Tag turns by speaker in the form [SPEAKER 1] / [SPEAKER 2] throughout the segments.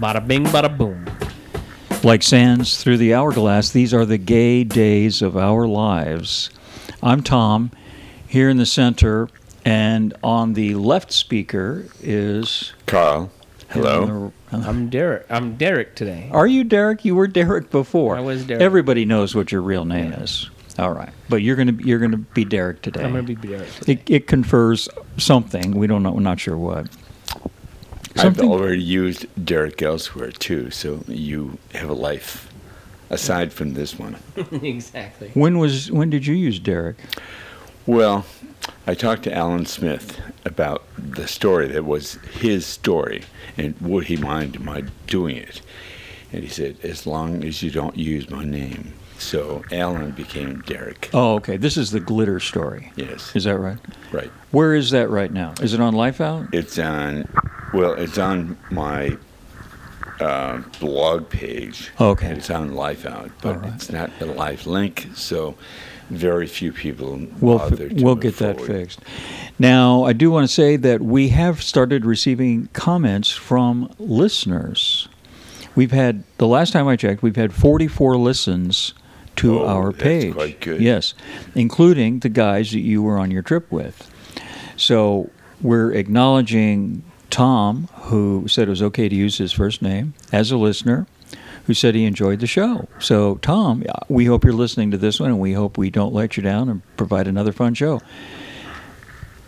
[SPEAKER 1] Bada bing, bada boom.
[SPEAKER 2] Like sands through the hourglass, these are the gay days of our lives. I'm Tom, here in the center, and on the left speaker is.
[SPEAKER 3] Carl. Hello.
[SPEAKER 2] on the- on the-
[SPEAKER 1] I'm Derek. I'm Derek today.
[SPEAKER 2] Are you Derek? You were Derek before.
[SPEAKER 1] I was Derek.
[SPEAKER 2] Everybody knows what your real name is. All right, but you're gonna you're gonna be Derek today.
[SPEAKER 1] I'm going to be Derek today.
[SPEAKER 2] It, it confers something. We don't know. We're not sure what.
[SPEAKER 3] I've
[SPEAKER 2] Something-
[SPEAKER 3] already used Derek elsewhere too, so you have a life aside from this one.
[SPEAKER 1] exactly.
[SPEAKER 2] When was when did you use Derek?
[SPEAKER 3] Well, I talked to Alan Smith about the story that was his story and would he mind my doing it. And he said, as long as you don't use my name. So Alan became Derek.
[SPEAKER 2] Oh, okay. This is the glitter story.
[SPEAKER 3] Yes,
[SPEAKER 2] Is that right?
[SPEAKER 3] right.
[SPEAKER 2] Where is that right now? Is it on Life Out?
[SPEAKER 3] It's on, well, it's on my uh, blog page.
[SPEAKER 2] Okay.
[SPEAKER 3] It's on Life Out, but
[SPEAKER 2] All right.
[SPEAKER 3] it's not a live link, so very few people
[SPEAKER 2] We'll fi-
[SPEAKER 3] bother to
[SPEAKER 2] we'll
[SPEAKER 3] move
[SPEAKER 2] get that
[SPEAKER 3] Uh, forward.
[SPEAKER 2] fixed. Now, I do want to say that we have started receiving comments from listeners. We've had the last time I checked, we've had 44 listens to
[SPEAKER 3] Oh,
[SPEAKER 2] our
[SPEAKER 3] that's
[SPEAKER 2] page.
[SPEAKER 3] quite good.
[SPEAKER 2] Yes, including the guys that you were on your trip with. So we're acknowledging Tom, who said it was okay to use his first name, as a listener, who said he enjoyed the show. So, Tom, we hope you're listening to this one, and we hope we don't let you down and provide another fun show.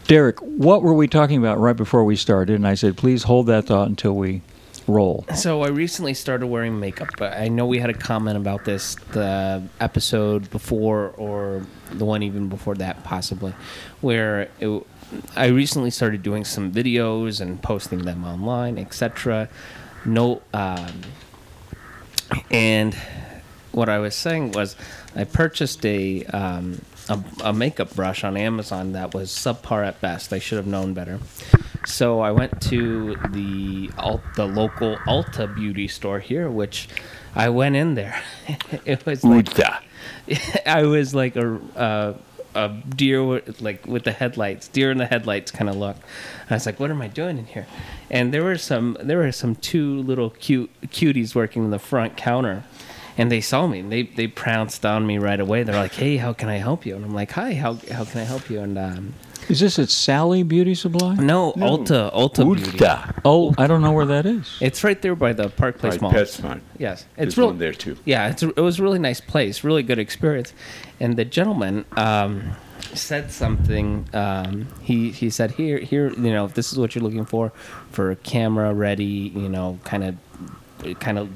[SPEAKER 2] Derek, what were we talking about right before we started? And I said, please hold that thought until we roll.
[SPEAKER 1] So I recently started wearing makeup. but I know we had a comment about this the episode before or the one even before that possibly, where it, I recently started doing some videos and posting them online, etc. No, um, and what I was saying was I purchased a, um, a a makeup brush on Amazon that was subpar at best. I should have known better. So I went to the Al- the local Ulta beauty store here, which I went in there. it was like
[SPEAKER 3] Uta.
[SPEAKER 1] I was like a uh, a deer with, like with the headlights, deer in the headlights kind of look. And I was like, "What am I doing in here?" And there were some there were some two little cute cuties working in the front counter, and they saw me and they they pounced on me right away. They're like, "Hey, how can I help you?" And I'm like, "Hi, how how can I help you?" And um,
[SPEAKER 2] Is this at Sally Beauty Supply?
[SPEAKER 1] no, Ulta Ulta Beauty.
[SPEAKER 3] Uta.
[SPEAKER 2] Oh, I don't know where that is.
[SPEAKER 1] It's right there by the Park Place
[SPEAKER 3] Right,
[SPEAKER 1] Mall.
[SPEAKER 3] PetSmart.
[SPEAKER 1] Yes, it's
[SPEAKER 3] There's
[SPEAKER 1] real.
[SPEAKER 3] one there too.
[SPEAKER 1] Yeah, it's, it was a really nice place, really good experience. And the gentleman um, said something. Um, he he said, "Here, here, you know, if this is what you're looking for, for camera ready, you know, kind of, kind of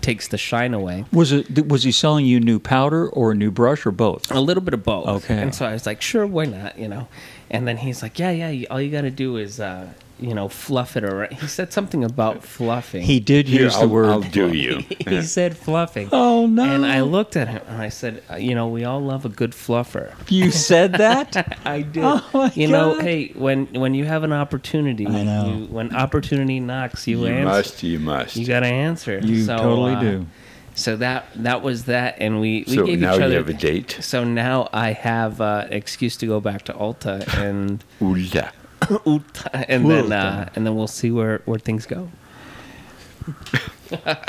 [SPEAKER 1] takes the shine away."
[SPEAKER 2] Was it th- was he selling you new powder or a new brush or both?
[SPEAKER 1] A little bit of both.
[SPEAKER 2] Okay.
[SPEAKER 1] And so I was like, sure, why not? You know. And then he's like, yeah, yeah. you- All you got to do is, uh, you know, fluff it around. He said something about fluffing.
[SPEAKER 2] He did
[SPEAKER 3] Here,
[SPEAKER 2] use
[SPEAKER 3] I'll,
[SPEAKER 2] the word.
[SPEAKER 3] I'll do you.
[SPEAKER 1] he said fluffing.
[SPEAKER 2] Oh, no.
[SPEAKER 1] And I looked at him and I said, "Uh, you know, we all love a good fluffer.
[SPEAKER 2] You said that?
[SPEAKER 1] I do.
[SPEAKER 2] Oh, my
[SPEAKER 1] you know,
[SPEAKER 2] God.
[SPEAKER 1] hey, when when you have an opportunity,
[SPEAKER 2] I know.
[SPEAKER 1] You, when opportunity knocks, you,
[SPEAKER 3] You
[SPEAKER 1] answer.
[SPEAKER 3] must, you must.
[SPEAKER 1] You got to answer.
[SPEAKER 2] You
[SPEAKER 1] so,
[SPEAKER 2] totally
[SPEAKER 1] uh,
[SPEAKER 2] do.
[SPEAKER 1] So that that was that, and we we
[SPEAKER 3] so
[SPEAKER 1] gave
[SPEAKER 3] now
[SPEAKER 1] each other.
[SPEAKER 3] you have a date.
[SPEAKER 1] So now I have uh, excuse to go back to Ulta and
[SPEAKER 3] Uta.
[SPEAKER 1] Ulta, and then uh, and then we'll see where where things go.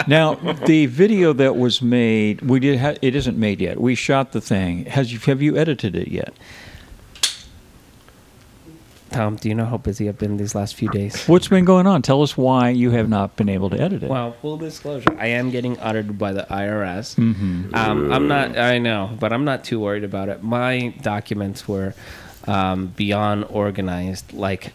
[SPEAKER 2] Now, the video that was made, we did. Ha- it isn't made yet. We shot the thing. Has you have you edited it yet?
[SPEAKER 1] Tom, do you know how busy I've been these last few days?
[SPEAKER 2] What's been going on? Tell us why you have not been able to edit it.
[SPEAKER 1] Well, full disclosure, I am getting audited by the IRS. Um, I'm not. I know, but I'm not too worried about it. My documents were um, beyond organized, like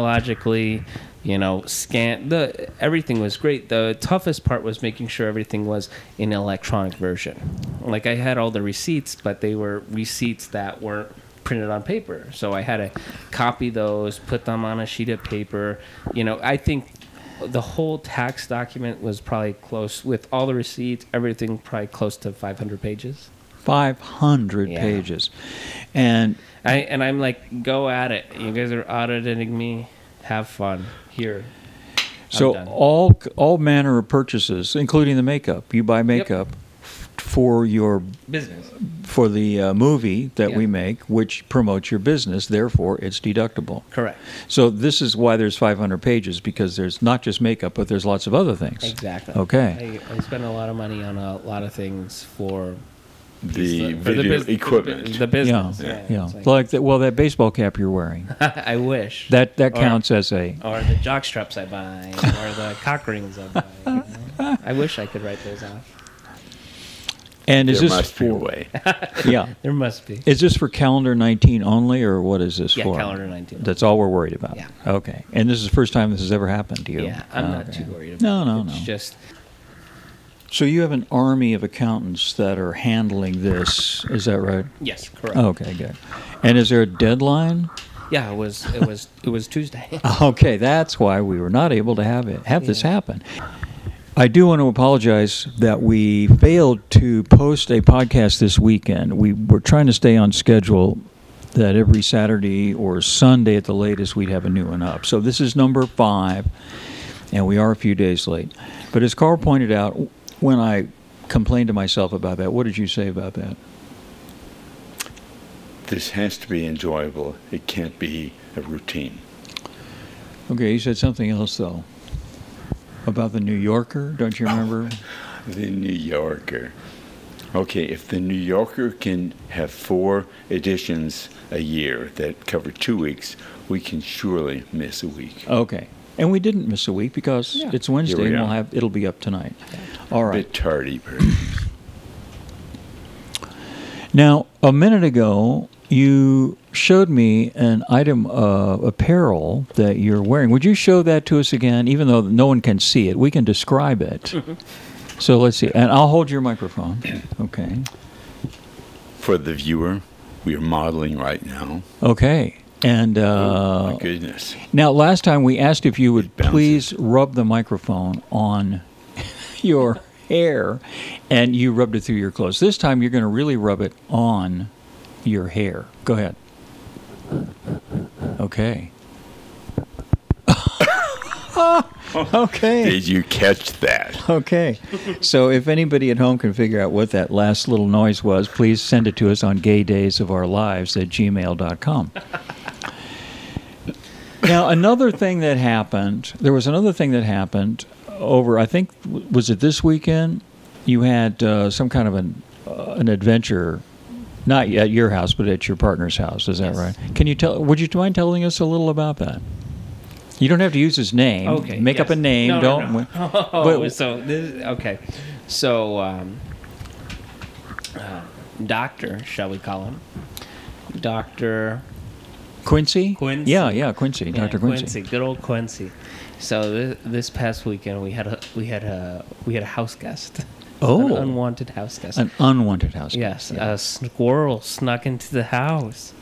[SPEAKER 1] chronologically. You know, scan the everything was great. The toughest part was making sure everything was in electronic version. Like I had all the receipts, but they were receipts that weren't printed on paper. So I had to copy those, put them on a sheet of paper. You know, I think the whole tax document was probably close with all the receipts, everything probably close to 500 pages.
[SPEAKER 2] Five hundred
[SPEAKER 1] Yeah.
[SPEAKER 2] pages, and
[SPEAKER 1] I, and I'm like, go at it. You guys are auditing me. Have fun here. I'm
[SPEAKER 2] so
[SPEAKER 1] done.
[SPEAKER 2] all all manner of purchases, including the makeup. You buy makeup f- for your
[SPEAKER 1] business.
[SPEAKER 2] for the uh, movie that
[SPEAKER 1] Yeah.
[SPEAKER 2] we make, which promotes your business. Therefore, it's deductible.
[SPEAKER 1] Correct.
[SPEAKER 2] So this is why there's 500 pages because there's not just makeup, but there's lots of other things.
[SPEAKER 1] Exactly.
[SPEAKER 2] Okay.
[SPEAKER 1] I, I spend a lot of money on a lot of things for
[SPEAKER 3] The
[SPEAKER 1] uh, for
[SPEAKER 3] video
[SPEAKER 1] bus-
[SPEAKER 3] equipment.
[SPEAKER 1] The
[SPEAKER 2] Yeah.
[SPEAKER 1] business.
[SPEAKER 2] Yeah.
[SPEAKER 1] It's
[SPEAKER 2] Like,
[SPEAKER 1] like-
[SPEAKER 2] that, well, that baseball cap you're wearing
[SPEAKER 1] I wish.
[SPEAKER 2] that that
[SPEAKER 1] Or-
[SPEAKER 2] counts as a.
[SPEAKER 1] or the jock straps I buy, or the cock rings I buy. you know? I wish I could write those off.
[SPEAKER 2] And is
[SPEAKER 3] there
[SPEAKER 2] this
[SPEAKER 3] must
[SPEAKER 2] for,
[SPEAKER 3] be a way.
[SPEAKER 2] yeah?
[SPEAKER 1] There must be.
[SPEAKER 2] Is this for calendar 19 only, or what is this
[SPEAKER 1] Yeah,
[SPEAKER 2] for?
[SPEAKER 1] calendar 19.
[SPEAKER 2] That's all we're worried about.
[SPEAKER 1] Yeah.
[SPEAKER 2] Okay. And this is the first time this has ever happened to you.
[SPEAKER 1] Yeah, I'm not
[SPEAKER 2] Okay.
[SPEAKER 1] too worried about
[SPEAKER 2] No,
[SPEAKER 1] it.
[SPEAKER 2] no,
[SPEAKER 1] it's
[SPEAKER 2] no.
[SPEAKER 1] just
[SPEAKER 2] So you have an army of accountants that are handling this. Is that right?
[SPEAKER 1] yes, correct.
[SPEAKER 2] Okay, good. And is there a deadline?
[SPEAKER 1] Yeah, it was it was it was Tuesday.
[SPEAKER 2] Okay, that's why we were not able to have it have this
[SPEAKER 1] Yeah.
[SPEAKER 2] happen. I do want to apologize that we failed to post a podcast this weekend. We were trying to stay on schedule that every Saturday or Sunday at the latest we'd have a new one up. So this is number 5 and we are a few days late. But as Carl pointed out when I complained to myself about that, what did you say about that?
[SPEAKER 3] This has to be enjoyable. It can't be a routine.
[SPEAKER 2] Okay, you said something else though. About the New Yorker, don't you remember?
[SPEAKER 3] The New Yorker. Okay, if the New Yorker can have four editions a year that cover two weeks, we can surely miss a week.
[SPEAKER 2] Okay. And we didn't miss a week because
[SPEAKER 1] Yeah.
[SPEAKER 2] it's Wednesday
[SPEAKER 3] Here we
[SPEAKER 2] and we'll
[SPEAKER 3] are.
[SPEAKER 2] have it'll be up tonight. All
[SPEAKER 3] A
[SPEAKER 2] right.
[SPEAKER 3] bit tardy, but
[SPEAKER 2] Now, a minute ago, you showed me an item of apparel that you're wearing. Would you show that to us again even though no one can see it? We can describe it. so let's see. And I'll hold your microphone. Okay.
[SPEAKER 3] for the viewer, we are modeling right now.
[SPEAKER 2] Okay. And uh,
[SPEAKER 3] My goodness.
[SPEAKER 2] now last time we asked if you would
[SPEAKER 3] It bounces.
[SPEAKER 2] please rub the microphone on your hair and you rubbed it through your clothes. This time you're going to really rub it on your hair. Go ahead. Okay. okay.
[SPEAKER 3] Did you catch that?
[SPEAKER 2] Okay. So if anybody at home can figure out what that last little noise was, please send it to us on gaydaysofourlives at gmail.com. now, another thing that happened, there was another thing that happened over, I think, w- was it this weekend? You had uh, some kind of an, uh, an adventure, not at your house, but at your partner's house. Is that
[SPEAKER 1] Yes.
[SPEAKER 2] right? Can you tell, would you mind telling us a little about that? You don't have to use his name.
[SPEAKER 1] Okay.
[SPEAKER 2] Make up a
[SPEAKER 1] yes.
[SPEAKER 2] name.
[SPEAKER 1] No, no,
[SPEAKER 2] don't.
[SPEAKER 1] no.
[SPEAKER 2] But-
[SPEAKER 1] Oh, so this okay. So um, uh, doctor, shall we call him? Doctor
[SPEAKER 2] Quincy?
[SPEAKER 1] Quincy.
[SPEAKER 2] Yeah, yeah, Quincy.
[SPEAKER 1] Yeah,
[SPEAKER 2] Dr. Quincy.
[SPEAKER 1] Good old Quincy. So this, this past weekend we had a we had a we had a house guest.
[SPEAKER 2] Oh.
[SPEAKER 1] an unwanted house guest.
[SPEAKER 2] An unwanted house.
[SPEAKER 1] yes, uh,
[SPEAKER 2] Yeah.
[SPEAKER 1] a squirrel snuck into the house.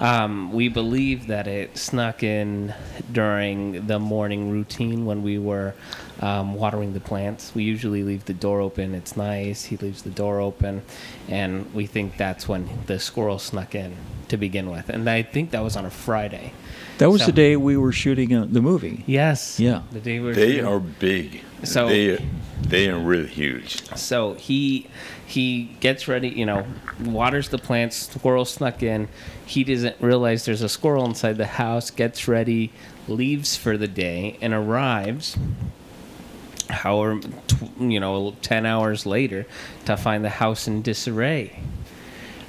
[SPEAKER 1] Um, we believe that it snuck in during the morning routine when we were um, watering the plants. We usually leave the door open. It's nice. He leaves the door open, and we think that's when the squirrel snuck in to begin with. And I think that was on a Friday.
[SPEAKER 2] that was
[SPEAKER 1] so-
[SPEAKER 2] the day we were shooting uh, the movie.
[SPEAKER 1] Yes.
[SPEAKER 2] Yeah.
[SPEAKER 1] The day we were
[SPEAKER 3] They
[SPEAKER 1] shooting.
[SPEAKER 3] are big.
[SPEAKER 1] So-
[SPEAKER 3] they they are really huge.
[SPEAKER 1] So he he gets ready, you know, waters the plants. Squirrel snuck in. He doesn't realize there's a squirrel inside the house. Gets ready, leaves for the day, and arrives. However, tw- you know, ten hours later, to find the house in disarray.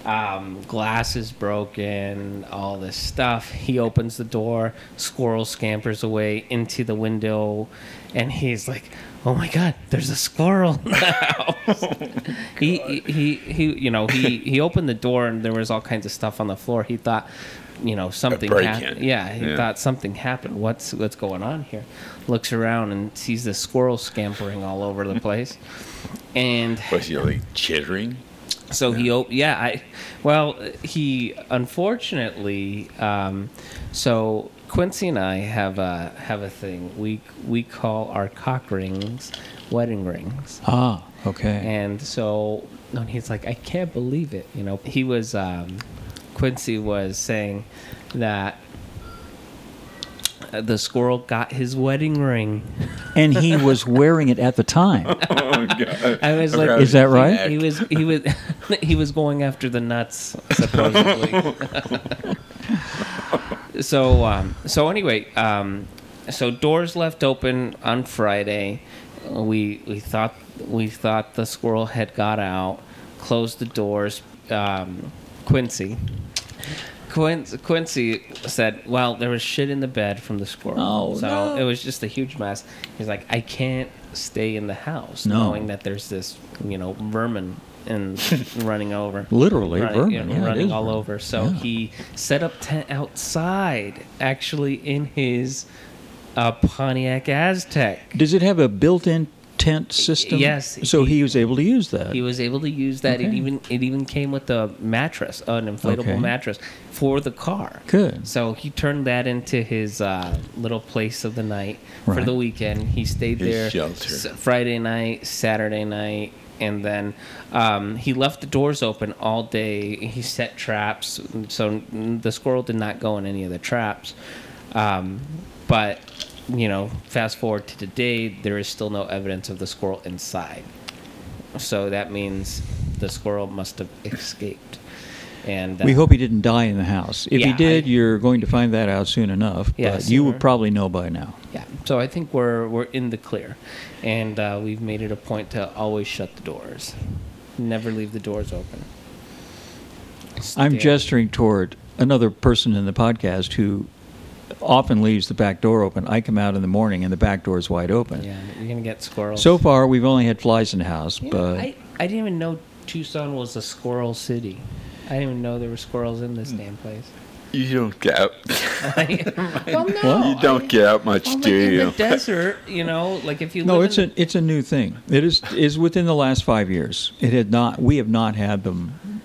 [SPEAKER 1] Um, glass is broken, all this stuff. He opens the door, squirrel scampers away into the window, and he's like, "Oh my god, there's a squirrel in the house." he, he he you know he he opened the door and there was all kinds of stuff on the floor. He thought, you know, something
[SPEAKER 3] break-in.
[SPEAKER 1] happened. Yeah, he
[SPEAKER 3] Yeah.
[SPEAKER 1] thought something happened. What's what's going on here? Looks around and sees the squirrel scampering all over the place, and
[SPEAKER 3] Was he like chittering?
[SPEAKER 1] so he, op- yeah, I, well, he unfortunately, um, so Quincy and I have a have a thing. We we call our cock rings wedding rings.
[SPEAKER 2] Ah, okay.
[SPEAKER 1] And so, and he's like, I can't believe it. You know, he was, um, Quincy was saying that Uh, The squirrel got his wedding ring.
[SPEAKER 2] and he was wearing it at the time.
[SPEAKER 3] Oh, God.
[SPEAKER 1] I was like,
[SPEAKER 3] Okay.
[SPEAKER 2] Is that right?
[SPEAKER 1] He was he was he was going after the nuts supposedly. so um, so anyway, um, so doors left open on Friday. We we thought we thought the squirrel had got out. Closed the doors. Um, Quincy. Quin- Quincy said, "Well, there was shit in the bed from the squirrel,
[SPEAKER 2] Oh,
[SPEAKER 1] so
[SPEAKER 2] no.
[SPEAKER 1] it was just a huge mess." He's like, "I can't stay in the house
[SPEAKER 2] No.
[SPEAKER 1] knowing that there's this, you know, vermin and running over,
[SPEAKER 2] Literally,
[SPEAKER 1] Right,
[SPEAKER 2] vermin.
[SPEAKER 1] you know,
[SPEAKER 2] Yeah, it
[SPEAKER 1] running
[SPEAKER 2] is
[SPEAKER 1] all
[SPEAKER 2] vermin.
[SPEAKER 1] over." So
[SPEAKER 2] Yeah.
[SPEAKER 1] he set up tent outside, actually in his uh, Pontiac Aztec.
[SPEAKER 2] Does it have a built-in tent system?
[SPEAKER 1] Yes,
[SPEAKER 2] So
[SPEAKER 1] he-
[SPEAKER 2] he, was able to use that.
[SPEAKER 1] He was able to use that. It
[SPEAKER 2] Okay.
[SPEAKER 1] even it even came with a mattress, an inflatable
[SPEAKER 2] Okay.
[SPEAKER 1] mattress for the car.
[SPEAKER 2] Good.
[SPEAKER 1] So he turned that into his uh, little place of the night for
[SPEAKER 2] Right.
[SPEAKER 1] the weekend. He stayed
[SPEAKER 3] His
[SPEAKER 1] there
[SPEAKER 3] shelter.
[SPEAKER 1] s- Friday night, Saturday night, and then um, he left the doors open all day. He set traps, so n- the squirrel did not go in any of the traps. Um, but you know, fast forward to today, there is still no evidence of the squirrel inside. So that means the squirrel must have escaped. And
[SPEAKER 2] we
[SPEAKER 1] uh,
[SPEAKER 2] hope he didn't die in the house. If he
[SPEAKER 1] Yeah,
[SPEAKER 2] did,
[SPEAKER 1] I-
[SPEAKER 2] you're going to find that out soon enough.
[SPEAKER 1] Yeah,
[SPEAKER 2] but you
[SPEAKER 1] sooner.
[SPEAKER 2] would probably know by now.
[SPEAKER 1] Yeah, so I think we're we're in the clear, and uh, we've made it a point to always shut the doors, never leave the doors open.
[SPEAKER 2] I'm
[SPEAKER 1] Stay-
[SPEAKER 2] gesturing toward another person in the podcast who often leaves the back door open. I come out in the morning and the back door is wide open.
[SPEAKER 1] Yeah, you're gonna get squirrels.
[SPEAKER 2] So far, we've only had flies in the house,
[SPEAKER 1] You know,
[SPEAKER 2] but
[SPEAKER 1] I I didn't even know Tucson was a squirrel city. I didn't even know there were squirrels in
[SPEAKER 3] Hmm.
[SPEAKER 1] this damn place.
[SPEAKER 3] You don't get out.
[SPEAKER 1] well, no,
[SPEAKER 2] Oh.
[SPEAKER 3] you don't get out much,
[SPEAKER 1] I, well, like
[SPEAKER 3] do
[SPEAKER 1] in
[SPEAKER 3] you?
[SPEAKER 1] the desert, you know, like if you
[SPEAKER 2] no,
[SPEAKER 1] live
[SPEAKER 2] it's
[SPEAKER 1] in,
[SPEAKER 2] a it's a new thing. It is is within the last five years. It had not. We have not had them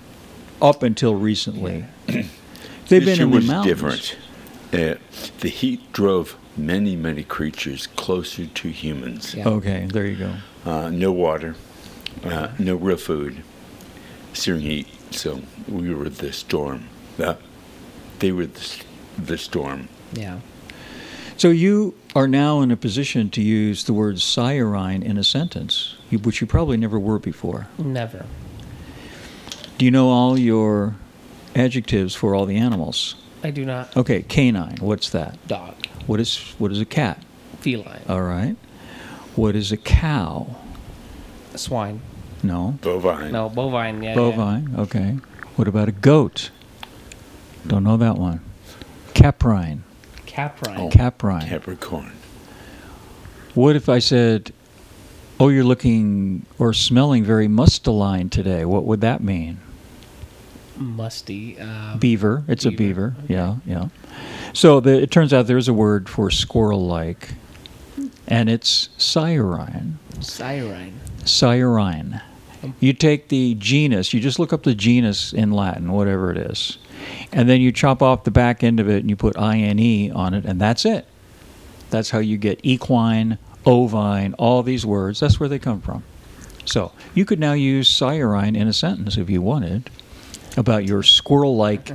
[SPEAKER 2] up until recently. They've
[SPEAKER 3] This
[SPEAKER 2] been
[SPEAKER 3] year
[SPEAKER 2] in the
[SPEAKER 3] was
[SPEAKER 2] mountains.
[SPEAKER 3] different. Uh, the heat drove many, many creatures closer to humans.
[SPEAKER 1] Yeah.
[SPEAKER 2] Okay, there you go.
[SPEAKER 3] Uh, no water, uh, no real food, searing heat. So we were the storm. Uh, they were the, s- the storm.
[SPEAKER 1] yeah.
[SPEAKER 2] So you are now in a position to use the word sirine in a sentence, you- which you probably never were before.
[SPEAKER 1] Never.
[SPEAKER 2] Do you know all your adjectives for all the animals?
[SPEAKER 1] I do not.
[SPEAKER 2] Okay, canine. What's that?
[SPEAKER 1] Dog.
[SPEAKER 2] What is what is a cat?
[SPEAKER 1] Feline.
[SPEAKER 2] All right. What is a cow?
[SPEAKER 1] Swine.
[SPEAKER 2] No.
[SPEAKER 3] Bovine.
[SPEAKER 1] No, bovine. Yeah. yeah.
[SPEAKER 2] Bovine. Okay. What about a goat? Don't know that one. Caprine.
[SPEAKER 1] Caprine.
[SPEAKER 2] Oh. Caprine.
[SPEAKER 3] Capricorn.
[SPEAKER 2] What if I said, "Oh, you're looking or smelling very mustaline today"? What would that mean?
[SPEAKER 1] musty. Um,
[SPEAKER 2] Beaver. It's a
[SPEAKER 1] beaver,
[SPEAKER 2] beaver. Yeah, yeah. So the, it turns out there's a word for squirrel-like, and it's sirine.
[SPEAKER 1] Sirine.
[SPEAKER 2] Sirine. You take the genus. You just look up the genus in Latin, whatever it is, and then you chop off the back end of it and you put ine on it, and that's it. That's how you get equine, ovine, all these words. That's where they come from. So you could now use sirine in a sentence if you wanted about your squirrel like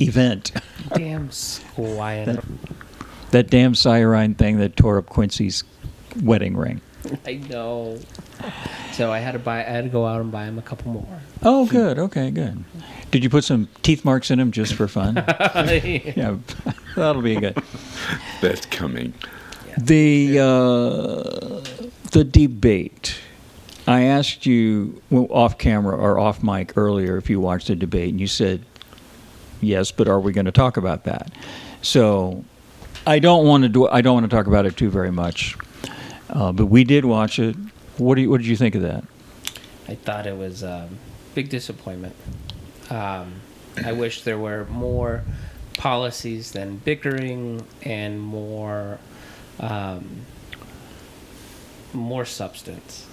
[SPEAKER 2] event.
[SPEAKER 1] Damn squire.
[SPEAKER 2] That damn sirine thing that tore up Quincy's wedding ring.
[SPEAKER 1] I know. So I had to buy. I had to go out and buy him a couple more.
[SPEAKER 2] Oh, good. Okay, good. Did you put some teeth marks in him just for fun?
[SPEAKER 1] yeah.
[SPEAKER 2] yeah, that'll be good.
[SPEAKER 3] That's coming.
[SPEAKER 2] The uh, the debate. I asked you well, off camera or off mic earlier if you watched the debate, and you said yes, but are we going to talk about that? So I don't want to do. I don't want to talk about it too very much. Uh, but we did watch it. What do you, What did you think of that?
[SPEAKER 1] I thought it was um, big disappointment. Um, I wish there were more policies than bickering and more um, more substance.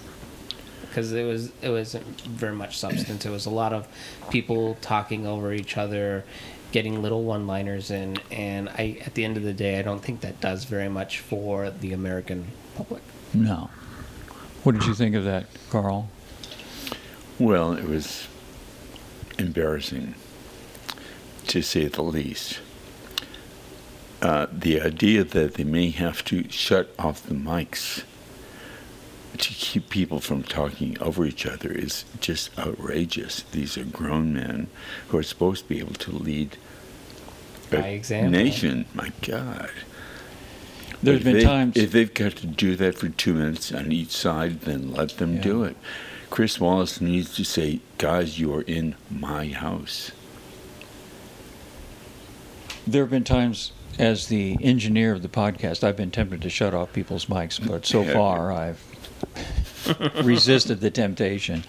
[SPEAKER 1] Because it was it wasn't very much substance. It was a lot of people talking over each other, getting little one-liners in, and I at the end of the day, I don't think that does very much for the American public.
[SPEAKER 2] No. What did you think of that, Carl?
[SPEAKER 3] Well, it was embarrassing, to say the least. uh, the idea that they may have to shut off the mics to keep people from talking over each other is just outrageous. These are grown men who are supposed to be able to lead a
[SPEAKER 1] By example.
[SPEAKER 3] nation. My God.
[SPEAKER 2] There's
[SPEAKER 3] If
[SPEAKER 2] been
[SPEAKER 3] they-
[SPEAKER 2] times.
[SPEAKER 3] If they've got to do that for two minutes on each side, then let them
[SPEAKER 2] Yeah.
[SPEAKER 3] do it. Chris Wallace needs to say, guys, you are in my house.
[SPEAKER 2] There have been times as the engineer of the podcast, I've been tempted to shut off people's mics, but so
[SPEAKER 3] Yeah.
[SPEAKER 2] far I've resisted the temptation.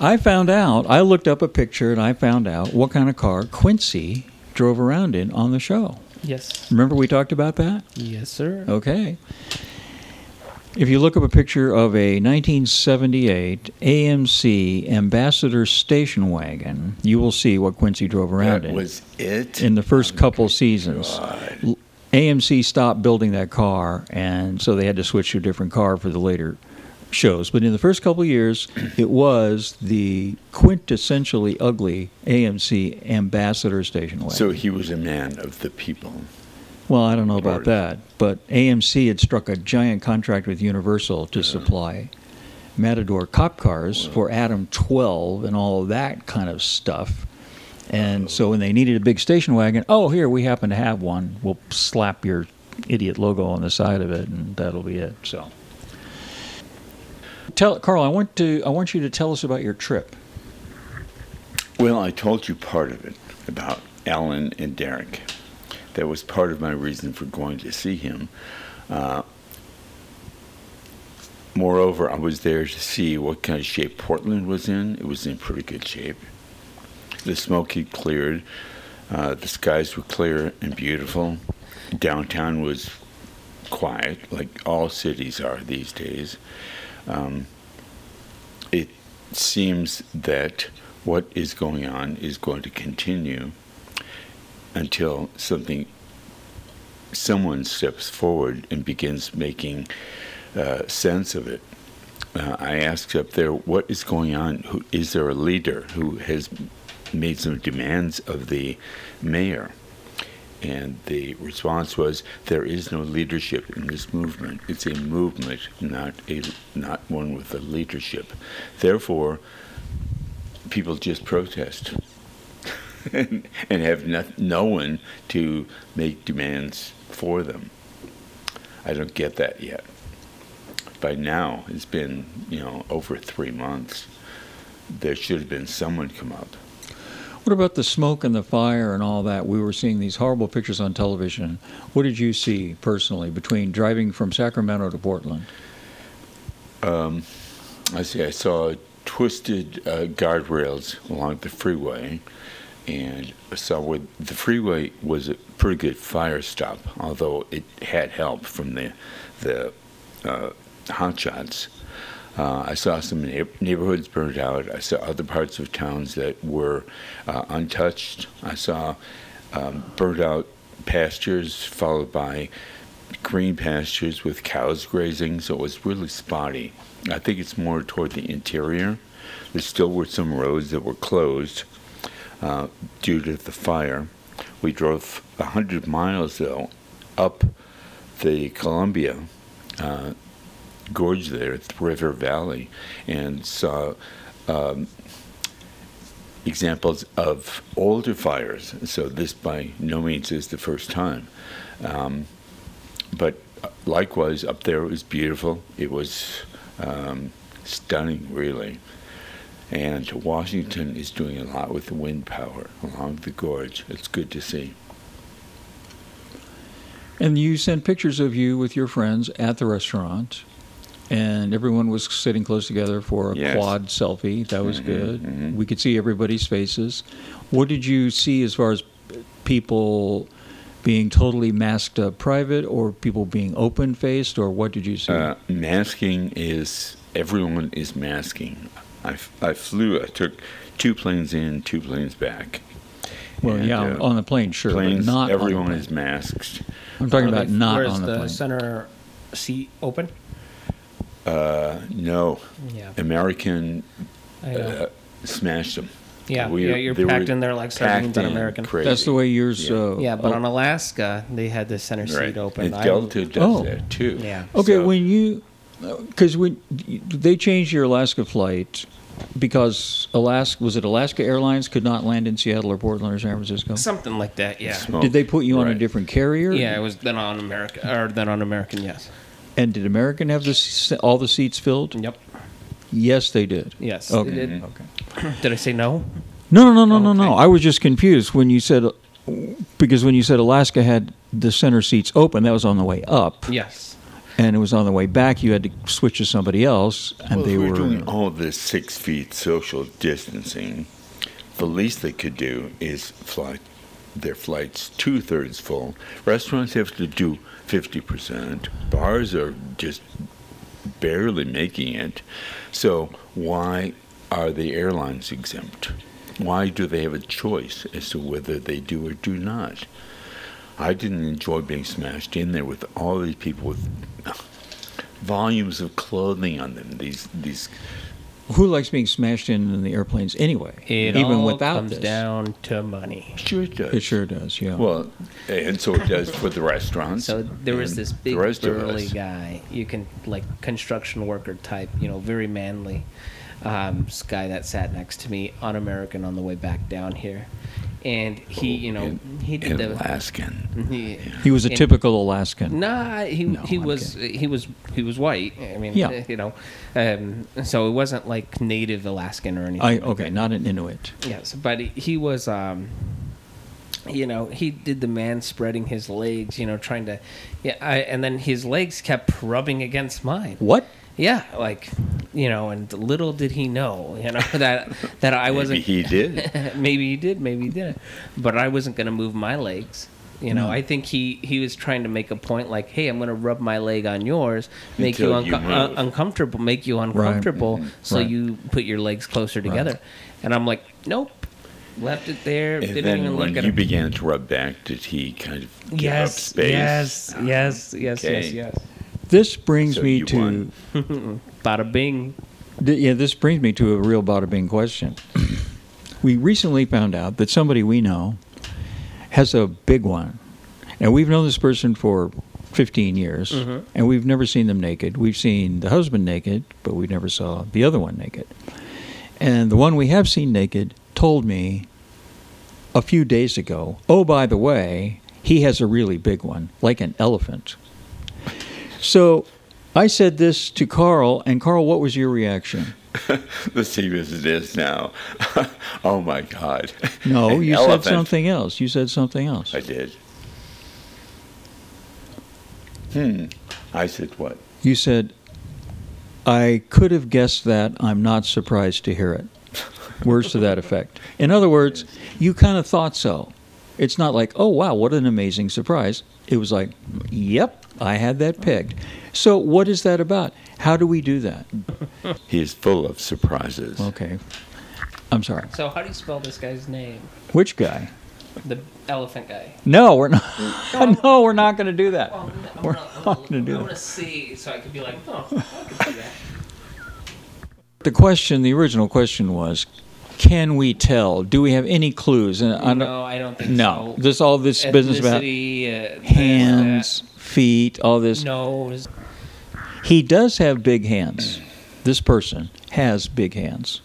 [SPEAKER 2] I found out, I looked up a picture and I found out what kind of car Quincy drove around in on the show.
[SPEAKER 1] Yes.
[SPEAKER 2] Remember we talked about that?
[SPEAKER 1] Yes, sir.
[SPEAKER 2] Okay. If you look up a picture of a 1978 AMC Ambassador station wagon, you will see what Quincy drove around
[SPEAKER 3] that
[SPEAKER 2] in
[SPEAKER 3] was it.
[SPEAKER 2] in the first couple seasons.
[SPEAKER 3] God.
[SPEAKER 2] L- AMC stopped building that car, and so they had to switch to a different car for the later shows. But in the first couple years, it was the quintessentially ugly AMC Ambassador Station wagon.
[SPEAKER 3] So he was a man of the people.
[SPEAKER 2] well, I don't know about
[SPEAKER 3] Lord.
[SPEAKER 2] that, but AMC had struck a giant contract with Universal to supply Matador cop cars for Adam 12 and all of that kind of stuff. And so when they needed a big station wagon, oh, here, we happen to have one. We'll slap your idiot logo on the side of it, and that'll be it. So, tell Carl, I want to, I want you to tell us about your trip.
[SPEAKER 3] Well, I told you part of it about Alan and Derek. That was part of my reason for going to see him. Uh, moreover, I was there to see what kind of shape Portland was in. It was in pretty good shape. The smoke had cleared, uh, the skies were clear and beautiful. Downtown was quiet, like all cities are these days. Um, it seems that what is going on is going to continue until something someone steps forward and begins making uh, sense of it. Uh, I asked up there, what is going on? Who, is there a leader who has made some demands of the mayor? And the response was, there is no leadership in this movement. It's a movement, not a not one with a leadership. Therefore, people just protest and have no, no one to make demands for them. I don't get that yet. By now, it's been you know over three months. There should have been someone come up.
[SPEAKER 2] What about the smoke and the fire and all that? We were seeing these horrible pictures on television. What did you see personally between driving from Sacramento to Portland?
[SPEAKER 3] I see. I saw twisted uh, guardrails along the freeway, and I saw where the freeway was a pretty good fire stop, although it had help from the the uh, hot shots. Uh, I saw some neigh- neighborhoods burned out. I saw other parts of towns that were uh, untouched. I saw um, burned out pastures followed by green pastures with cows grazing, so it was really spotty. I think it's more toward the interior. There still were some roads that were closed uh, due to the fire. We drove 100 miles, though, up the Columbia uh, Gorge there, the River Valley, and saw um, examples of older fires. So, this by no means is the first time. Um, but uh, likewise up there it was beautiful it was um, stunning really and washington is doing a lot with the wind power along the gorge it's good to see
[SPEAKER 2] And you sent pictures of you with your friends at the restaurant, and everyone was sitting close together for a
[SPEAKER 3] Yes.
[SPEAKER 2] quad selfie. That was good.
[SPEAKER 3] mhm.
[SPEAKER 2] We could see everybody's faces. What did you see as far as people being totally masked up private or people being open faced, or what did you see?
[SPEAKER 3] uh, masking is everyone is masking I, f- I flew i took two planes in two planes back
[SPEAKER 2] well,
[SPEAKER 3] and,
[SPEAKER 2] yeah,
[SPEAKER 3] uh,
[SPEAKER 2] on the plane, sure. but
[SPEAKER 3] planes
[SPEAKER 2] not on the
[SPEAKER 3] everyone
[SPEAKER 2] plane.
[SPEAKER 3] is masked
[SPEAKER 2] I'm talking
[SPEAKER 1] Are
[SPEAKER 2] about
[SPEAKER 1] they-
[SPEAKER 2] not
[SPEAKER 1] where is
[SPEAKER 2] on the,
[SPEAKER 1] the
[SPEAKER 2] plane.
[SPEAKER 1] center seat open?
[SPEAKER 3] uh, no
[SPEAKER 1] Yeah.
[SPEAKER 3] american
[SPEAKER 1] I uh, know.
[SPEAKER 3] uh, smashed them
[SPEAKER 1] Yeah,
[SPEAKER 3] We-
[SPEAKER 1] yeah, you're
[SPEAKER 3] they were
[SPEAKER 1] packed in there like sardines
[SPEAKER 3] packed
[SPEAKER 1] on
[SPEAKER 3] in
[SPEAKER 1] American.
[SPEAKER 3] crazy.
[SPEAKER 2] That's the way yours.
[SPEAKER 3] Yeah.
[SPEAKER 2] Uh,
[SPEAKER 1] Yeah, but
[SPEAKER 2] oh,
[SPEAKER 1] on Alaska, they had the center
[SPEAKER 3] Right.
[SPEAKER 1] seat open.
[SPEAKER 3] And
[SPEAKER 1] I-
[SPEAKER 3] Delta does
[SPEAKER 2] Oh.
[SPEAKER 3] that too.
[SPEAKER 1] Yeah.
[SPEAKER 2] okay,
[SPEAKER 3] So-
[SPEAKER 2] when you because when they changed your Alaska flight because Alaska was it Alaska Airlines could not land in Seattle or Portland or San Francisco.
[SPEAKER 1] something like that. Yeah,
[SPEAKER 3] Smoke.
[SPEAKER 2] Did they put you on a
[SPEAKER 3] Right.
[SPEAKER 2] different carrier?
[SPEAKER 1] yeah, it was then on America or then on American. Yes.
[SPEAKER 2] And did American have the s- all the seats filled?
[SPEAKER 1] Yep.
[SPEAKER 2] Yes, they did.
[SPEAKER 1] Yes.
[SPEAKER 2] Okay.
[SPEAKER 1] Did,
[SPEAKER 2] Okay.
[SPEAKER 1] did I say no?
[SPEAKER 2] No, no, no, no, no, no.
[SPEAKER 1] Okay.
[SPEAKER 2] I was just confused when you said because when you said Alaska had the center seats open, that was on the way up,
[SPEAKER 1] Yes.
[SPEAKER 2] and it was on the way back. You had to switch to somebody else, and
[SPEAKER 3] Well,
[SPEAKER 2] they
[SPEAKER 3] if
[SPEAKER 2] were. uh,
[SPEAKER 3] we're doing all this six feet social distancing. The least they could do is fly their flights two thirds full. Restaurants have to do fifty percent. Bars are just barely making it. So why are the airlines exempt? Why do they have a choice as to whether they do or do not? I didn't enjoy being smashed in there with all these people with volumes of clothing on them. These these
[SPEAKER 2] who likes being smashed in in the airplanes anyway?
[SPEAKER 1] It
[SPEAKER 2] even
[SPEAKER 1] all
[SPEAKER 2] without
[SPEAKER 1] comes
[SPEAKER 2] this,
[SPEAKER 1] down to money.
[SPEAKER 3] sure it does.
[SPEAKER 2] it sure does. Yeah.
[SPEAKER 3] Well, and so it does for the restaurants.
[SPEAKER 1] So there was
[SPEAKER 3] and
[SPEAKER 1] this
[SPEAKER 3] the
[SPEAKER 1] big
[SPEAKER 3] rest of
[SPEAKER 1] burly
[SPEAKER 3] us.
[SPEAKER 1] guy, you can like construction worker type, you know, very manly um, s- guy that sat next to me on American on the way back down here, and he,
[SPEAKER 3] Oh,
[SPEAKER 1] you know,
[SPEAKER 3] And-
[SPEAKER 1] he did
[SPEAKER 3] and
[SPEAKER 1] the.
[SPEAKER 3] Alaskan.
[SPEAKER 1] he-
[SPEAKER 2] he was a
[SPEAKER 1] and-
[SPEAKER 2] typical Alaskan.
[SPEAKER 1] Nah, he
[SPEAKER 2] No,
[SPEAKER 1] he
[SPEAKER 2] I'm
[SPEAKER 1] was he was he was white. I mean, eh,
[SPEAKER 2] Yeah.
[SPEAKER 1] you know, um, so it wasn't like native Alaskan or anything.
[SPEAKER 2] I
[SPEAKER 1] like
[SPEAKER 2] okay,
[SPEAKER 1] that.
[SPEAKER 2] not an Inuit.
[SPEAKER 1] Yes, but he- he was, um, you know, he did the man spreading his legs, you know, trying to, yeah, I, and then his legs kept rubbing against mine.
[SPEAKER 2] What?
[SPEAKER 1] Yeah, like, you know, and little did he know, you know, that that I wasn't.
[SPEAKER 3] Maybe he did.
[SPEAKER 1] maybe he did, maybe he didn't, but I wasn't going to move my legs. You know, I think he he was trying to make a point, like, "Hey, I'm going to rub my leg on yours, make you,
[SPEAKER 3] Until you
[SPEAKER 1] unco- uh,
[SPEAKER 3] move. Mm-hmm.
[SPEAKER 1] uncomfortable, make you uncomfortable, so
[SPEAKER 2] Right.
[SPEAKER 1] you put your legs closer together." And I'm like, "Nope." Left it there.
[SPEAKER 3] And
[SPEAKER 1] didn't
[SPEAKER 3] then
[SPEAKER 1] even
[SPEAKER 3] when
[SPEAKER 1] look at
[SPEAKER 3] you
[SPEAKER 1] it.
[SPEAKER 3] began to rub back, did he kind of give
[SPEAKER 1] yes,
[SPEAKER 3] up space? Ah,
[SPEAKER 1] yes, yes, yes,
[SPEAKER 3] Okay.
[SPEAKER 1] yes,
[SPEAKER 2] This brings
[SPEAKER 3] So
[SPEAKER 2] me
[SPEAKER 3] you
[SPEAKER 2] to.
[SPEAKER 3] won.
[SPEAKER 1] yes. Bada bing.
[SPEAKER 2] Th- Yeah, this brings me to a real bada bing question. we recently found out that somebody we know has a big one, and we've known this person for 15 years, and we've never seen them naked. We've seen the husband naked, but we never saw the other one naked. And the one we have seen naked told me a few days ago, oh, by the way, he has a really big one, like an elephant. So I said this to Carl, and Carl, what was your reaction?
[SPEAKER 3] Let's see as it is now. oh my God.
[SPEAKER 2] No,
[SPEAKER 3] An
[SPEAKER 2] you
[SPEAKER 3] elephant.
[SPEAKER 2] said something else. You said something else.
[SPEAKER 3] I did. Hmm. I said what?
[SPEAKER 2] You said, I could have guessed that. I'm not surprised to hear it. Words to that effect. In other words, you kind of thought so. It's not like, oh, wow, what an amazing surprise. It was like, yep, I had that pegged. So, what is that about? How do we do that?
[SPEAKER 3] He is full of surprises.
[SPEAKER 2] Okay. I'm sorry.
[SPEAKER 1] So how do you spell this guy's name?
[SPEAKER 2] Which guy?
[SPEAKER 1] The elephant guy.
[SPEAKER 2] No, we're not. no, we're not going to do that.
[SPEAKER 1] Well, I'm
[SPEAKER 2] We're
[SPEAKER 1] gonna- I'm
[SPEAKER 2] not
[SPEAKER 1] gonna-
[SPEAKER 2] gonna do
[SPEAKER 1] I'm
[SPEAKER 2] that.
[SPEAKER 1] gonna see, so I could be like, oh, I could do that.
[SPEAKER 2] The question, the original question was, can we tell? Do we have any clues? And I don't,
[SPEAKER 1] no, I don't think
[SPEAKER 2] no,
[SPEAKER 1] so.
[SPEAKER 2] this all this business about
[SPEAKER 1] Ethnicity, uh, this,
[SPEAKER 2] hands, feet, all
[SPEAKER 1] that,
[SPEAKER 2] this.
[SPEAKER 1] nose.
[SPEAKER 2] He does have big hands. This person has big hands.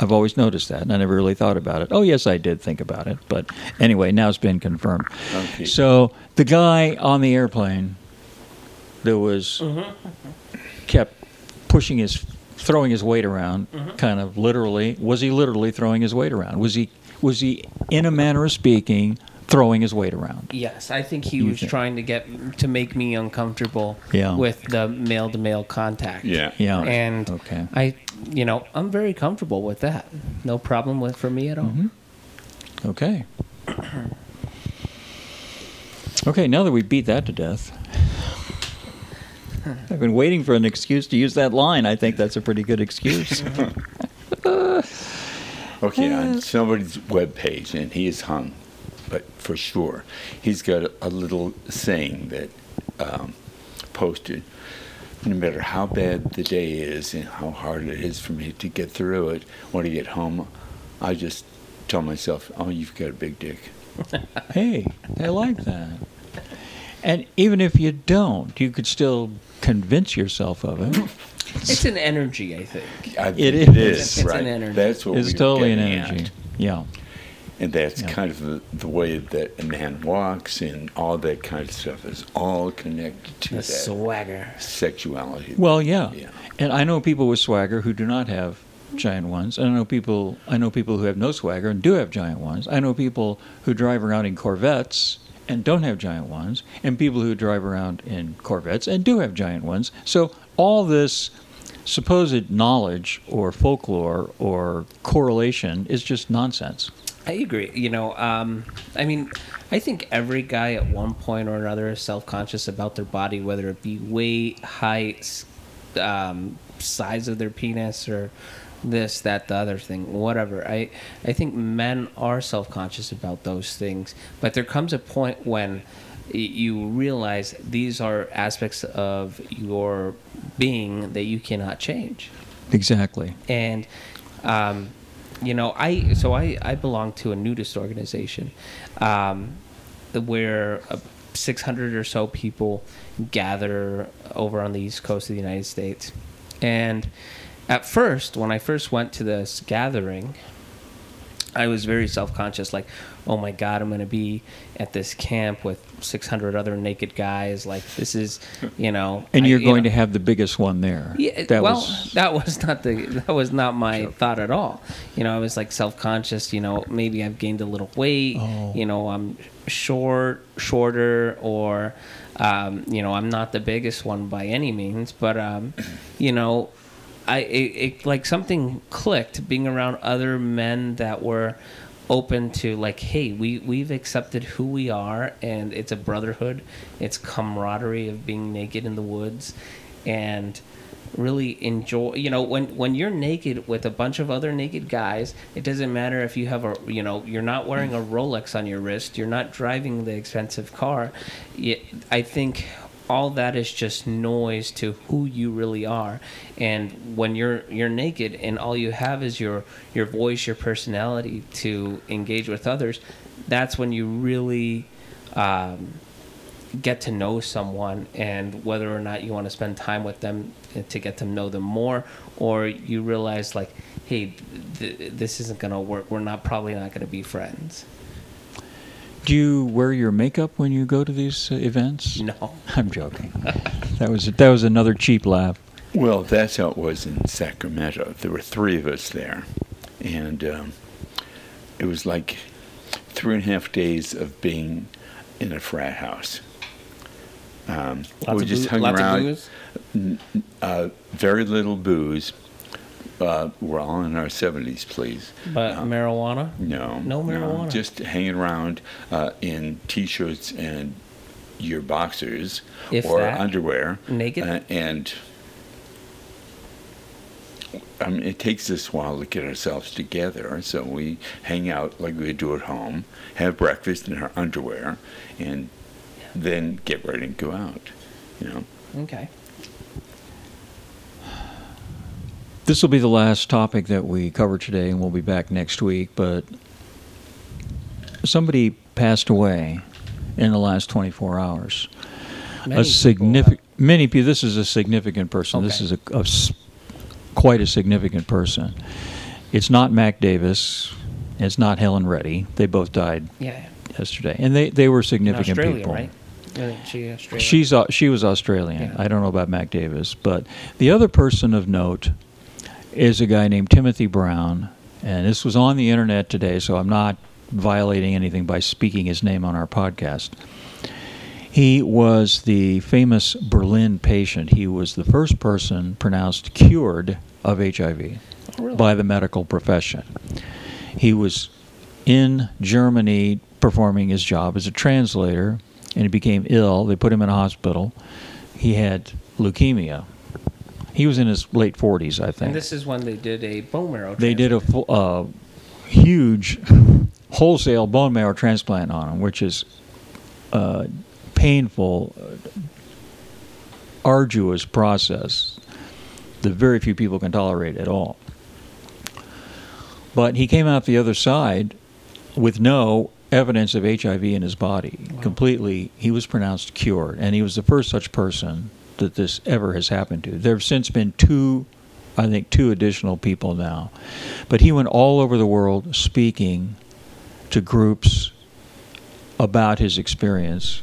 [SPEAKER 2] I've always noticed that, and I never really thought about it. Oh, yes, I did think about it, but anyway, now it's been confirmed.
[SPEAKER 3] Okay.
[SPEAKER 2] So the guy on the airplane that was kept pushing his, throwing his weight around, kind of literally. Was he literally throwing his weight around? Was he, was he, in a manner of speaking, throwing his weight around?
[SPEAKER 1] Yes, I think he
[SPEAKER 2] You
[SPEAKER 1] was
[SPEAKER 2] think-
[SPEAKER 1] trying to get to make me uncomfortable
[SPEAKER 2] Yeah.
[SPEAKER 1] with the male to male contact.
[SPEAKER 3] Yeah.
[SPEAKER 2] Yeah.
[SPEAKER 1] And
[SPEAKER 2] Okay.
[SPEAKER 1] I, you know, I'm very comfortable with that. No problem with for me at all.
[SPEAKER 2] Mm-hmm. Okay. Okay, now that we beat that to death, I've been waiting for an excuse to use that line. I think that's a pretty good excuse.
[SPEAKER 3] Okay, on somebody's webpage, and he is hung, but for sure, he's got a, a little saying that um, posted. No matter how bad the day is and how hard it is for me to get through it, when I get home, I just tell myself, "Oh, you've got a big dick."
[SPEAKER 2] Hey, I like that. And even if you don't, you could still convince yourself of it.
[SPEAKER 1] It's an energy, I think.
[SPEAKER 3] I,
[SPEAKER 2] It
[SPEAKER 3] think
[SPEAKER 2] is.
[SPEAKER 1] It's an energy.
[SPEAKER 3] That's what
[SPEAKER 2] It's
[SPEAKER 3] we were
[SPEAKER 2] totally an
[SPEAKER 3] getting
[SPEAKER 2] energy.
[SPEAKER 3] at.
[SPEAKER 2] Yeah.
[SPEAKER 3] And that's
[SPEAKER 2] Yeah.
[SPEAKER 3] kind of the, the way that a man walks and all that kind of stuff is all connected to
[SPEAKER 1] The
[SPEAKER 3] that
[SPEAKER 1] swagger.
[SPEAKER 3] sexuality.
[SPEAKER 2] Well, yeah.
[SPEAKER 3] Yeah.
[SPEAKER 2] And I know people with swagger who do not have giant ones. And I know people I know people who have no swagger and do have giant ones. I know people who drive around in Corvettes and don't have giant ones, and people who drive around in Corvettes and do have giant ones. So all this supposed knowledge or folklore or correlation is just nonsense.
[SPEAKER 1] I agree. You know, um, I mean, I think every guy at one point or another is self conscious about their body, whether it be weight, height, s- um, size of their penis, or this, that, the other thing, whatever. I, I think men are self conscious about those things, but there comes a point when y- you realize these are aspects of your being that you cannot change
[SPEAKER 2] Exactly.
[SPEAKER 1] and um, you know i so i i belong to a nudist organization um, the- where uh, 600 or so people gather over on the east coast of the united states and at first when i first went to this gathering I was very self conscious, like, oh my God, I'm going to be at this camp with 600 other naked guys. Like, this is, you know.
[SPEAKER 2] And
[SPEAKER 1] I-
[SPEAKER 2] you're
[SPEAKER 1] you
[SPEAKER 2] going
[SPEAKER 1] know-
[SPEAKER 2] to have the biggest one there.
[SPEAKER 1] yeah,
[SPEAKER 2] that
[SPEAKER 1] well,
[SPEAKER 2] was
[SPEAKER 1] that was not the that was not my thought at all. You know, I was like self conscious. You know, maybe I've gained a little weight.
[SPEAKER 2] Oh.
[SPEAKER 1] You know, I'm short, shorter, or um, you know, I'm not the biggest one by any means. But um, you know, I it, it like something clicked being around other men that were open to like hey we we've accepted who we are and it's a brotherhood it's camaraderie of being naked in the woods and really enjoy you know when when you're naked with a bunch of other naked guys it doesn't matter if you have a you know you're not wearing a rolex on your wrist you're not driving the expensive car Y- i think all that is just noise to who you really are and when you're you're naked and all you have is your your voice your personality to engage with others that's when you really um, get to know someone and whether or not you want to spend time with them eh, to get to know them more or you realize like hey th- this isn't going to work we're not probably not going to be friends
[SPEAKER 2] Do you wear your makeup when you go to these uh, events?
[SPEAKER 1] no
[SPEAKER 2] I'm joking. that was that was another cheap laugh.
[SPEAKER 3] Well, that's how it was in Sacramento. There were three of us there, and um, it was like three and a half days of being in a frat house. Um,
[SPEAKER 1] lots
[SPEAKER 3] we
[SPEAKER 1] of,
[SPEAKER 3] just
[SPEAKER 1] boo-
[SPEAKER 3] hung
[SPEAKER 1] lots
[SPEAKER 3] around.
[SPEAKER 1] of booze
[SPEAKER 3] Uh, very little booze. Uh, we're all in our seventies, please.
[SPEAKER 1] but marijuana
[SPEAKER 3] No.
[SPEAKER 1] No marijuana.
[SPEAKER 3] just hanging around uh, in t-shirts and your boxers
[SPEAKER 1] If
[SPEAKER 3] or
[SPEAKER 1] that.
[SPEAKER 3] underwear.
[SPEAKER 1] Naked?
[SPEAKER 3] uh, and I mean, it takes us a while to get ourselves together, so we hang out like we do at home, have breakfast in our underwear, and then get ready and go out. You know,
[SPEAKER 2] Mm.
[SPEAKER 1] okay
[SPEAKER 2] This will be the last topic that we cover today, and we'll be back next week. But somebody passed away in the last 24 hours.
[SPEAKER 1] Many
[SPEAKER 2] a
[SPEAKER 1] people uh,
[SPEAKER 2] significant many people. This is a significant person. This
[SPEAKER 1] Okay.
[SPEAKER 2] is a, a s- quite a significant person. It's not Mac Davis. It's not Helen Reddy. They both died
[SPEAKER 1] have- yeah
[SPEAKER 2] yesterday, and they, they were
[SPEAKER 1] in
[SPEAKER 2] significant
[SPEAKER 1] australia
[SPEAKER 2] people.
[SPEAKER 1] right Isn't she australia
[SPEAKER 2] She's au- she was Australian.
[SPEAKER 1] Yeah.
[SPEAKER 2] I don't know about Mac Davis, but the other person of note is a guy named Timothy Brown, and this was on the internet today, so I'm not violating anything by speaking his name on our podcast. He was the famous Berlin patient. He was the first person pronounced cured of HIV
[SPEAKER 1] Oh, really?
[SPEAKER 2] by the medical profession. He was in Germany performing his job as a translator and he became ill. They put him in a hospital. He had leukemia. He was in his late 40s, I think.
[SPEAKER 1] and this is when they did a bone marrow
[SPEAKER 2] they did a
[SPEAKER 1] transplant.
[SPEAKER 2] fu- uh, huge wholesale bone marrow transplant on him, which is uh, painful, uh, arduous process that very few people can tolerate at all. But he came out the other side with no evidence of HIV in his body. Completely, he was pronounced cured, and he was the first such person that this ever has happened to. There have since been two, I think, two additional people now. But he went all over the world speaking to groups about his experience.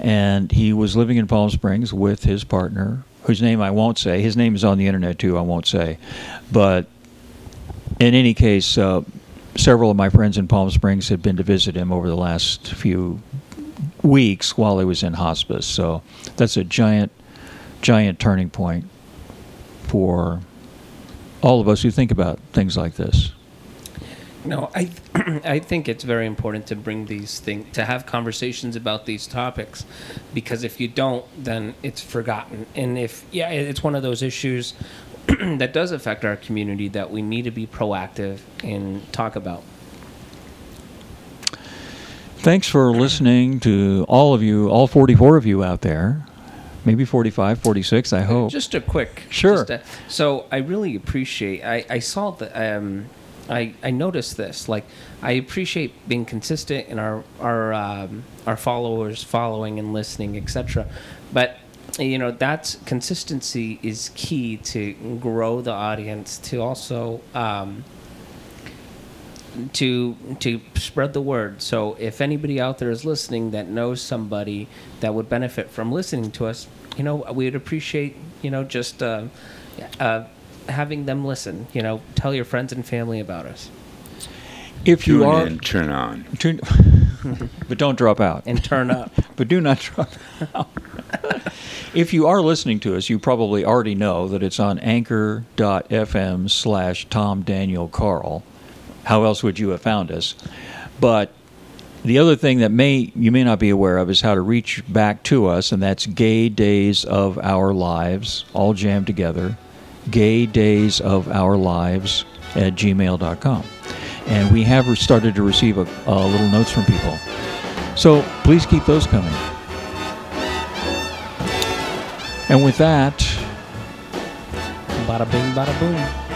[SPEAKER 2] And he was living in Palm Springs with his partner, whose name I won't say. His name is on the internet too, I won't say. But in any case, uh, several of my friends in Palm Springs had been to visit him over the last few weeks while he was in hospice. So that's a giant, giant turning point for all of us who think about things like this.
[SPEAKER 1] No, I, th- I think it's very important to bring these things, to have conversations about these topics, because if you don't, then it's forgotten. And if, yeah, it- it's one of those issues that does affect our community that we need to be proactive and talk about.
[SPEAKER 2] Thanks for listening to all of you, all 44 of you out there. Maybe 45, 46, I hope.
[SPEAKER 1] Just a quick.
[SPEAKER 2] Sure.
[SPEAKER 1] just a- so I really appreciate. I, I saw the. Um, I, I noticed this. Like I appreciate being consistent in our our um, our followers following and listening, etc. But you know that's consistency is key to grow the audience to also. Um, to to spread the word. So if anybody out there is listening that knows somebody that would benefit from listening to us, you know, we would appreciate you know just uh, uh, having them listen. You know, tell your friends and family about us
[SPEAKER 2] if you
[SPEAKER 3] Tune
[SPEAKER 2] are.
[SPEAKER 3] in, turn on.
[SPEAKER 2] Tune, but don't drop out.
[SPEAKER 1] and turn up.
[SPEAKER 2] but do not drop out. if you are listening to us, you probably already know that it's on anchor.fm slash Tom Daniel Carl. How else would you have found us? But the other thing that may you may not be aware of is how to reach back to us, and that's Gay Days of Our Lives, all jammed together. Gay Days of Our Lives at gmail.com. And we have started to receive a, a little notes from people. So please keep those coming. And with that,
[SPEAKER 1] Bada bing, bada boom.